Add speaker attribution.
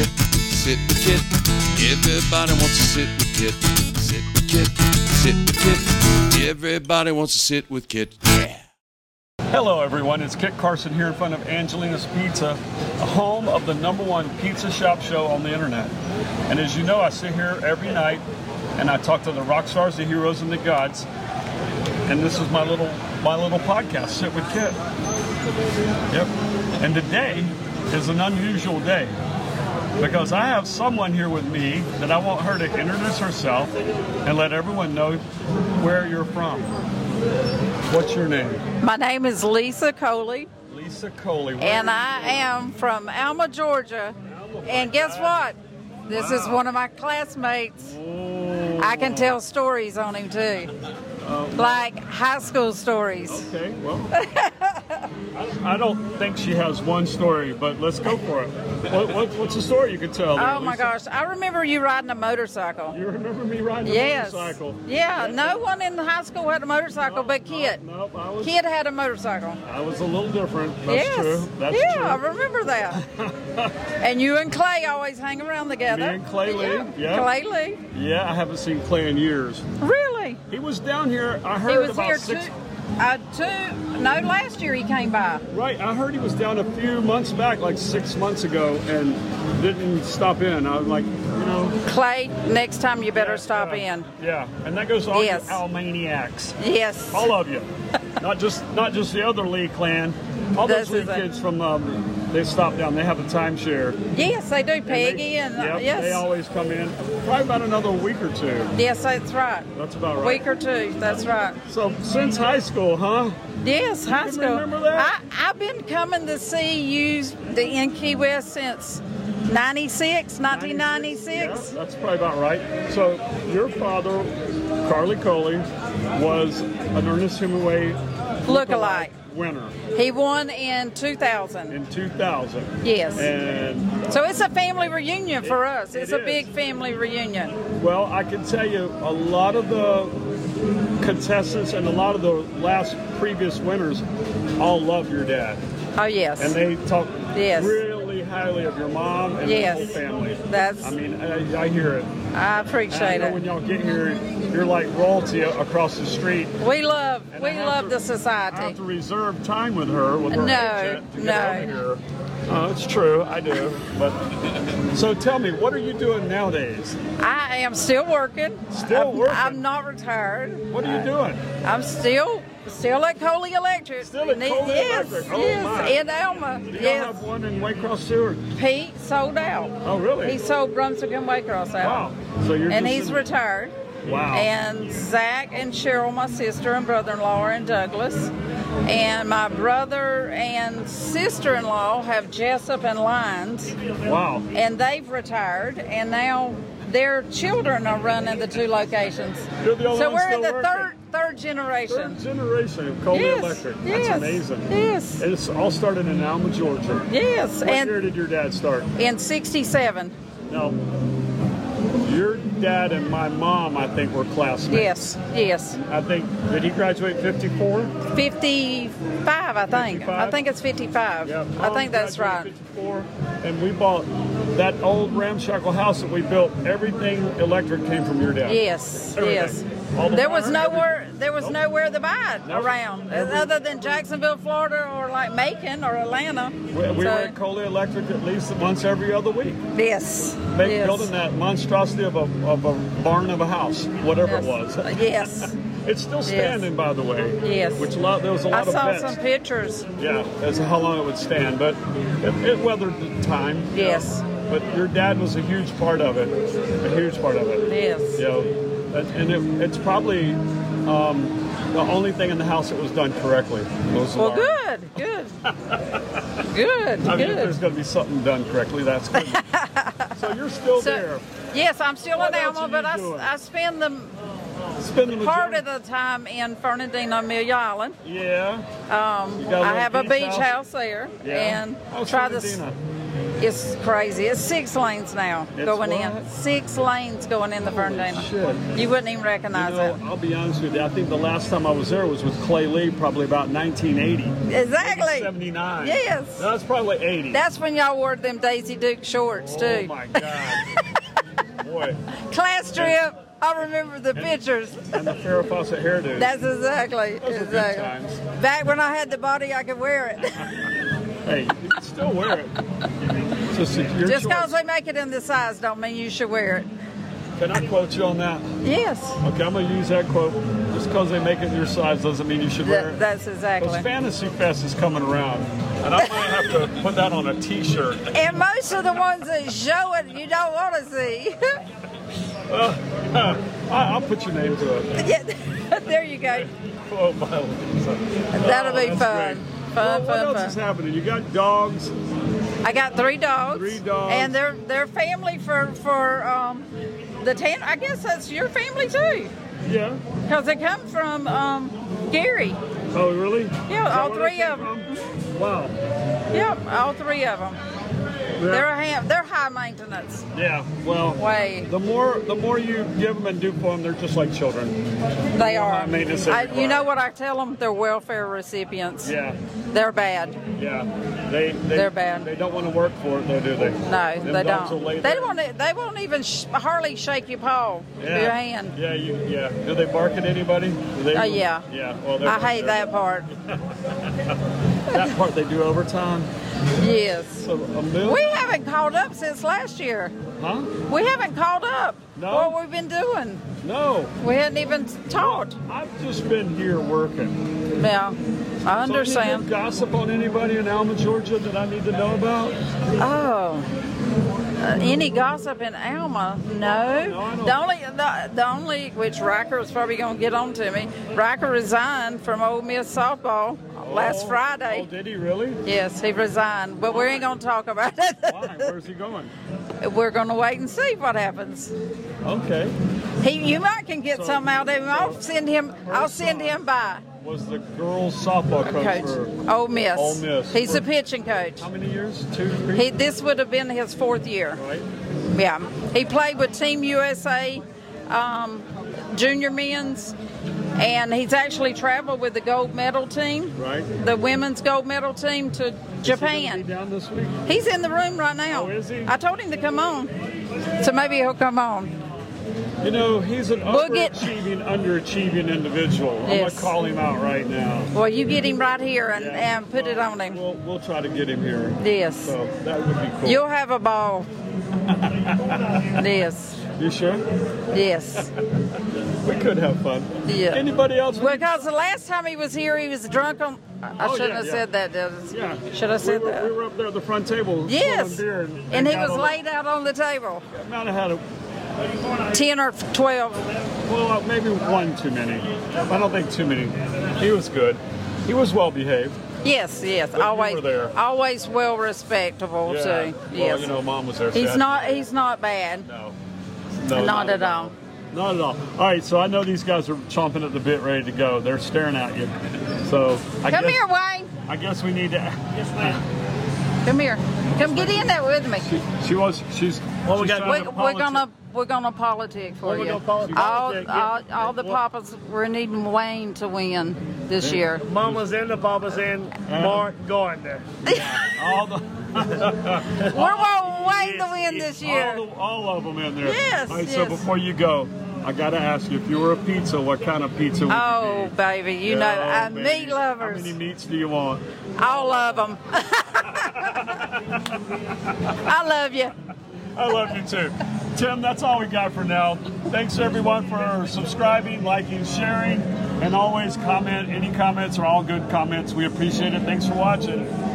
Speaker 1: sit with Kit. Everybody wants to sit with Kit. Sit with Kit. Sit with Kit. Everybody wants to sit with Kit. Yeah.
Speaker 2: Hello, everyone. It's Kit Carson here in front of Angelina's Pizza, the home of the number one pizza shop show on the internet. And as you know, I sit here every night and I talk to the rock stars, the heroes, and the gods. And this is my little my little podcast, Sit with Kit. Yep. And today is an unusual day because I have someone here with me that I want her to introduce herself and let everyone know where you're from. What's your name?
Speaker 3: My name is Lisa Coley,
Speaker 2: Lisa Coley. Where
Speaker 3: and
Speaker 2: are
Speaker 3: I am from Alma, Georgia. And guess what? This is one of my classmates. I can tell stories on him too, like high school stories.
Speaker 2: you? Okay, well. I I don't think she has one story, but let's go for it. What, what, what's the story you could tell? there,
Speaker 3: Oh my
Speaker 2: Lisa?
Speaker 3: gosh, I remember you riding a motorcycle.
Speaker 2: You remember me riding
Speaker 3: Yes.
Speaker 2: a motorcycle?
Speaker 3: Yeah, no one in high school had a motorcycle but Kid.
Speaker 2: Nope, I was,
Speaker 3: Kid had a motorcycle.
Speaker 2: I was a little different. That's
Speaker 3: Yes.
Speaker 2: true. That's
Speaker 3: yeah,
Speaker 2: true.
Speaker 3: I remember that. and you and Clay always hang around together.
Speaker 2: and Clay Lee, yeah.
Speaker 3: Clay Lee.
Speaker 2: Yeah, I haven't seen Clay in years.
Speaker 3: Really?
Speaker 2: He was down here. I heard
Speaker 3: He was
Speaker 2: about
Speaker 3: here
Speaker 2: six.
Speaker 3: two, uh, two, no, last year he came by.
Speaker 2: Right, I heard he was down a few months back, like six months ago, and didn't stop in. I was like, you know.
Speaker 3: Clay, next time you better stop
Speaker 2: yeah.
Speaker 3: in.
Speaker 2: Yeah, and that goes to all
Speaker 3: Yes.
Speaker 2: you Almaniacs,
Speaker 3: Yes.
Speaker 2: all of you, not just not just the other Lee clan. All those
Speaker 3: This
Speaker 2: Lee
Speaker 3: is a-
Speaker 2: kids from um, they stop down. They have a timeshare. and
Speaker 3: Yes, they do,
Speaker 2: they-
Speaker 3: Peggy, and, uh,
Speaker 2: yep,
Speaker 3: yes,
Speaker 2: they always come in. Probably about another week or two.
Speaker 3: yes, that's right.
Speaker 2: That's about right.
Speaker 3: Week or two, that's right.
Speaker 2: So since high school, huh?
Speaker 3: Yes, high
Speaker 2: can
Speaker 3: school.
Speaker 2: remember that?
Speaker 3: I, I've been coming to see you the, in Key West since 96, 1996.
Speaker 2: Yeah, that's probably about right. So your father, Carly Coley, was an Ernest Hemingway
Speaker 3: Look-alike.
Speaker 2: winner
Speaker 3: He won in 2000.
Speaker 2: in 2000.
Speaker 3: Yes.
Speaker 2: And
Speaker 3: So it's a family reunion for us.
Speaker 2: it
Speaker 3: It's a
Speaker 2: is.
Speaker 3: big family reunion.
Speaker 2: well, I can tell you a lot of the contestants and a lot of the last previous winners all love your dad,
Speaker 3: Oh yes.
Speaker 2: and they talk
Speaker 3: Yes.
Speaker 2: really highly of your mom and
Speaker 3: Yes.
Speaker 2: the whole family.
Speaker 3: That's-
Speaker 2: I mean, I, I hear it.
Speaker 3: I
Speaker 2: And I
Speaker 3: appreciate
Speaker 2: know when
Speaker 3: it.
Speaker 2: y'all get here, you're like royalty across the street.
Speaker 3: We love
Speaker 2: And I
Speaker 3: we
Speaker 2: have
Speaker 3: love
Speaker 2: to-
Speaker 3: the
Speaker 2: I have
Speaker 3: society.
Speaker 2: to reserve time with her with her
Speaker 3: No,
Speaker 2: headset to get
Speaker 3: no.
Speaker 2: over here. Oh, it's true, I do. But so tell me, what are you doing nowadays?
Speaker 3: I am still working.
Speaker 2: Still
Speaker 3: I'm,
Speaker 2: working.
Speaker 3: I'm not retired.
Speaker 2: What are you doing?
Speaker 3: I'm still still at Coley Electric.
Speaker 2: Still at
Speaker 3: Ne-
Speaker 2: Coley
Speaker 3: yes,
Speaker 2: Electric. Oh,
Speaker 3: yes,
Speaker 2: my.
Speaker 3: in Alma.
Speaker 2: Do y'all have
Speaker 3: Yes.
Speaker 2: one in Waycross Sewer?
Speaker 3: Pete sold out.
Speaker 2: Oh, really?
Speaker 3: He sold Brunswick and Waycross
Speaker 2: wow.
Speaker 3: out.
Speaker 2: So you're
Speaker 3: And
Speaker 2: just
Speaker 3: he's
Speaker 2: in- Oh.
Speaker 3: retired.
Speaker 2: Wow.
Speaker 3: And Zach and Cheryl, my sister and brother-in-law, are in Douglas. And my brother and sister-in-law have Jessup and Lyons.
Speaker 2: wow.
Speaker 3: and they've retired, and now their children are running the two locations.
Speaker 2: You're the only
Speaker 3: so
Speaker 2: one
Speaker 3: we're in
Speaker 2: still
Speaker 3: the
Speaker 2: working.
Speaker 3: third third generation.
Speaker 2: Third generation of Colby
Speaker 3: Yes,
Speaker 2: Electric.
Speaker 3: yes,
Speaker 2: That's amazing.
Speaker 3: yes.
Speaker 2: It's all started in Alma, Georgia.
Speaker 3: Yes,
Speaker 2: What year
Speaker 3: and
Speaker 2: did your dad start?
Speaker 3: in '67.
Speaker 2: Now, your dad and my mom, I think, were classmates.
Speaker 3: Yes, yes,
Speaker 2: I think did he graduate '54?
Speaker 3: 55. I think.
Speaker 2: 55?
Speaker 3: I think it's 55.
Speaker 2: Yeah,
Speaker 3: I
Speaker 2: Tom
Speaker 3: think that's right.
Speaker 2: graduated 54, and we bought that old ramshackle house that we built. Everything electric came from your dad.
Speaker 3: Yes,
Speaker 2: Everything.
Speaker 3: yes.
Speaker 2: All the
Speaker 3: There was
Speaker 2: wire,
Speaker 3: nowhere. There was
Speaker 2: Nope.
Speaker 3: nowhere to buy it
Speaker 2: Nope.
Speaker 3: around,
Speaker 2: Every-
Speaker 3: other than Jacksonville, Florida, or like Macon or Atlanta.
Speaker 2: We, we were at Coley Electric at least once every other week,
Speaker 3: yes,
Speaker 2: Make,
Speaker 3: yes.
Speaker 2: building that monstrosity of a, of a barn of a house, whatever
Speaker 3: yes.
Speaker 2: it was.
Speaker 3: yes.
Speaker 2: It's still standing, by the way.
Speaker 3: Yes.
Speaker 2: Which lo- there was a
Speaker 3: I
Speaker 2: lot
Speaker 3: saw
Speaker 2: of
Speaker 3: some
Speaker 2: bets.
Speaker 3: pictures.
Speaker 2: Yeah, as to how long it would stand, but it, it weathered the time. you know.
Speaker 3: Yes.
Speaker 2: But your dad was a huge part of it, a huge part of it.
Speaker 3: Yes.
Speaker 2: you know, and it, it's probably um, the only thing in the house that was done correctly. Most of
Speaker 3: Well,
Speaker 2: our-
Speaker 3: good, good, good,
Speaker 2: I mean, if there's
Speaker 3: good.
Speaker 2: going to be something done correctly, that's good. so you're still there.
Speaker 3: yes, I'm still
Speaker 2: What
Speaker 3: in
Speaker 2: else
Speaker 3: Alma,
Speaker 2: are
Speaker 3: but
Speaker 2: you
Speaker 3: I,
Speaker 2: doing?
Speaker 3: I spend the
Speaker 2: Spend the
Speaker 3: part
Speaker 2: majority-
Speaker 3: of the time in Fernandina, Amelia Island.
Speaker 2: Yeah.
Speaker 3: Um,
Speaker 2: You got a
Speaker 3: I have a
Speaker 2: little beach
Speaker 3: beach
Speaker 2: house?
Speaker 3: house there,
Speaker 2: Yeah.
Speaker 3: and
Speaker 2: oh,
Speaker 3: try
Speaker 2: Fernandina.
Speaker 3: this. It's crazy. It's six lanes now
Speaker 2: It's
Speaker 3: going in.
Speaker 2: what?
Speaker 3: Six lanes going in the Ferndale.
Speaker 2: shit.
Speaker 3: You wouldn't even recognize
Speaker 2: You know, I'll be honest with you. I think the last time I was there was with Clay Lee, probably about 1980,
Speaker 3: it. Exactly.
Speaker 2: 79.
Speaker 3: Yes.
Speaker 2: That's probably 80.
Speaker 3: That's when y'all wore them Daisy Duke shorts
Speaker 2: oh
Speaker 3: too.
Speaker 2: my God. Boy.
Speaker 3: Class trip. I remember the pictures.
Speaker 2: And the Farrah Fawcett hairdo.
Speaker 3: That's exactly
Speaker 2: were good
Speaker 3: exactly.
Speaker 2: times.
Speaker 3: Back when I had the body, I could wear it.
Speaker 2: hey, you can still wear it. It's just your
Speaker 3: Just
Speaker 2: choice.
Speaker 3: because we make it in this size, don't mean you should wear it.
Speaker 2: Can I quote you on that?
Speaker 3: Yes.
Speaker 2: Okay, I'm going to use that quote. Just because they make it your size doesn't mean you should wear
Speaker 3: That,
Speaker 2: it.
Speaker 3: that's
Speaker 2: Because
Speaker 3: exactly.
Speaker 2: Fantasy Fest is coming around, and I might have to put that on a T-shirt.
Speaker 3: And most of the ones that show it, you don't want to see.
Speaker 2: Uh, I, I'll put your name to it.
Speaker 3: Yeah, there you go.
Speaker 2: Oh, my Lisa.
Speaker 3: That'll be
Speaker 2: Oh, that's
Speaker 3: fun.
Speaker 2: great.
Speaker 3: Fun,
Speaker 2: Well,
Speaker 3: fun,
Speaker 2: what else
Speaker 3: fun.
Speaker 2: is happening? You got dogs.
Speaker 3: I got three dogs.
Speaker 2: Three dogs.
Speaker 3: And their their family for for um, the tan. I guess that's your family too,
Speaker 2: Yeah.
Speaker 3: because they come from um, Gary.
Speaker 2: Oh, really?
Speaker 3: Yeah,
Speaker 2: Is that
Speaker 3: all
Speaker 2: where
Speaker 3: three
Speaker 2: they came
Speaker 3: of 'em.
Speaker 2: from? Wow.
Speaker 3: Yep, all three of them. They're
Speaker 2: Yeah.
Speaker 3: a ham. They're high maintenance.
Speaker 2: yeah. Well,
Speaker 3: Way
Speaker 2: the more the more you give them and do for them, they're just like children.
Speaker 3: they are.
Speaker 2: high maintenance
Speaker 3: I,
Speaker 2: everywhere.
Speaker 3: you know what I tell them? They're welfare recipients.
Speaker 2: Yeah.
Speaker 3: They're bad.
Speaker 2: Yeah. They, they
Speaker 3: They're bad.
Speaker 2: They don't want to work for it, though, do they?
Speaker 3: No,
Speaker 2: Them
Speaker 3: they
Speaker 2: dogs will lay
Speaker 3: don't. They
Speaker 2: there.
Speaker 3: don't. e- They won't even sh- hardly shake your paw, your hand.
Speaker 2: Yeah, you, yeah. Do they bark at anybody? Do they,
Speaker 3: Oh, yeah.
Speaker 2: Yeah. Well, they're
Speaker 3: I
Speaker 2: right
Speaker 3: hate
Speaker 2: there.
Speaker 3: that part.
Speaker 2: That part they do overtime.
Speaker 3: Yes.
Speaker 2: So a million.
Speaker 3: We haven't called up since last year.
Speaker 2: Huh?
Speaker 3: We haven't called up.
Speaker 2: No?
Speaker 3: What we've been doing.
Speaker 2: No.
Speaker 3: We hadn't even talked.
Speaker 2: I've just been here working.
Speaker 3: Yeah,
Speaker 2: So
Speaker 3: I
Speaker 2: any good
Speaker 3: understand.
Speaker 2: gossip on anybody in Alma, Georgia that I need to know about?
Speaker 3: Oh. Uh, any gossip in Alma? No.
Speaker 2: No, I don't-
Speaker 3: The only, the, the only, which Riker is probably going to get on to me. Riker resigned from Ole Miss softball last
Speaker 2: Oh,
Speaker 3: Friday.
Speaker 2: Oh, did he really?
Speaker 3: Yes, he resigned, but we ain't going to talk about it.
Speaker 2: Why? Where's he going?
Speaker 3: We're going to wait and see what happens.
Speaker 2: Okay.
Speaker 3: He, you might can get
Speaker 2: So-
Speaker 3: some out of him. I'll send him. I'll send him by.
Speaker 2: Was the girls softball coach,
Speaker 3: Coach,
Speaker 2: for
Speaker 3: Ole Miss.
Speaker 2: Ole Miss.
Speaker 3: He's a
Speaker 2: For-
Speaker 3: pitching coach.
Speaker 2: how many years? Two, three.
Speaker 3: He, this would have been his fourth year.
Speaker 2: right.
Speaker 3: Yeah, he played with Team USA, um, junior men's, and he's actually traveled with the gold medal team,
Speaker 2: Right.
Speaker 3: the women's gold medal team to
Speaker 2: Is he gonna be
Speaker 3: Japan.
Speaker 2: down this week.
Speaker 3: He's in the room right now.
Speaker 2: Oh, is he?
Speaker 3: I told him to come on, so maybe he'll come on.
Speaker 2: You know, he's an
Speaker 3: We'll get-
Speaker 2: overachieving, underachieving individual. I'm
Speaker 3: Yes.
Speaker 2: gonna call him out right now.
Speaker 3: Well, you get him right here and,
Speaker 2: Yeah.
Speaker 3: and put it
Speaker 2: Well,
Speaker 3: on him.
Speaker 2: We'll, we'll try to get him here.
Speaker 3: Yes,
Speaker 2: So that would be cool.
Speaker 3: you'll have a ball. yes,
Speaker 2: you sure?
Speaker 3: yes.
Speaker 2: We could have fun.
Speaker 3: Yeah.
Speaker 2: Anybody else?
Speaker 3: Well, because the last time he was here, he was drunk on. I
Speaker 2: Oh,
Speaker 3: shouldn't
Speaker 2: yeah,
Speaker 3: have
Speaker 2: yeah.
Speaker 3: said that. Dennis.
Speaker 2: yeah.
Speaker 3: Should I said
Speaker 2: we were,
Speaker 3: that?
Speaker 2: We were up there at the front table.
Speaker 3: Yes.
Speaker 2: smelling Beer and,
Speaker 3: And he
Speaker 2: got
Speaker 3: was
Speaker 2: on-
Speaker 3: laid out on the table,
Speaker 2: Might have had a,
Speaker 3: 10 or 12.
Speaker 2: well, uh, maybe one too many. I don't think too many. He was good. He was well behaved.
Speaker 3: Yes, yes.
Speaker 2: you
Speaker 3: Always,
Speaker 2: were there.
Speaker 3: always well respectable, too.
Speaker 2: Well,
Speaker 3: Yes.
Speaker 2: you know, mom was there. so
Speaker 3: he's
Speaker 2: that-
Speaker 3: not, he's not bad.
Speaker 2: No.
Speaker 3: Not,
Speaker 2: No,
Speaker 3: at all.
Speaker 2: Not at all. All right, so I know these guys are chomping at the bit, ready to go. They're staring at you. So I
Speaker 3: Come
Speaker 2: guess,
Speaker 3: here, Wayne.
Speaker 2: I guess we need to.
Speaker 3: Come here. Come get in there with me.
Speaker 2: She was. She's. Well,
Speaker 4: we got-
Speaker 3: We, we're gonna we're gonna politic for
Speaker 2: Well, Oh, we're
Speaker 3: you.
Speaker 2: gonna politic,
Speaker 3: all,
Speaker 4: politic,
Speaker 3: all,
Speaker 4: yeah.
Speaker 3: all the
Speaker 4: Well-
Speaker 3: papas we're needing Wayne to win this year.
Speaker 4: Mama's in the Papa's in Mark Gardner.
Speaker 2: all the
Speaker 3: We're wanting Wayne to win
Speaker 4: yes,
Speaker 3: this year.
Speaker 2: all, the, all of them in there.
Speaker 3: Yes,
Speaker 2: All right, so
Speaker 3: yes.
Speaker 2: before you go, I gotta ask you if you were a pizza, what kind of pizza would
Speaker 3: Oh,
Speaker 2: you be?
Speaker 3: baby, you know,
Speaker 2: Oh,
Speaker 3: uh,
Speaker 2: baby.
Speaker 3: meat
Speaker 2: How
Speaker 3: lovers.
Speaker 2: many meats do you want?
Speaker 3: I love them. I love you.
Speaker 2: I love you too. Tim, that's all we got for now. Thanks everyone for subscribing, liking, sharing, and always comment. Any comments are all good comments. We appreciate it. Thanks for watching.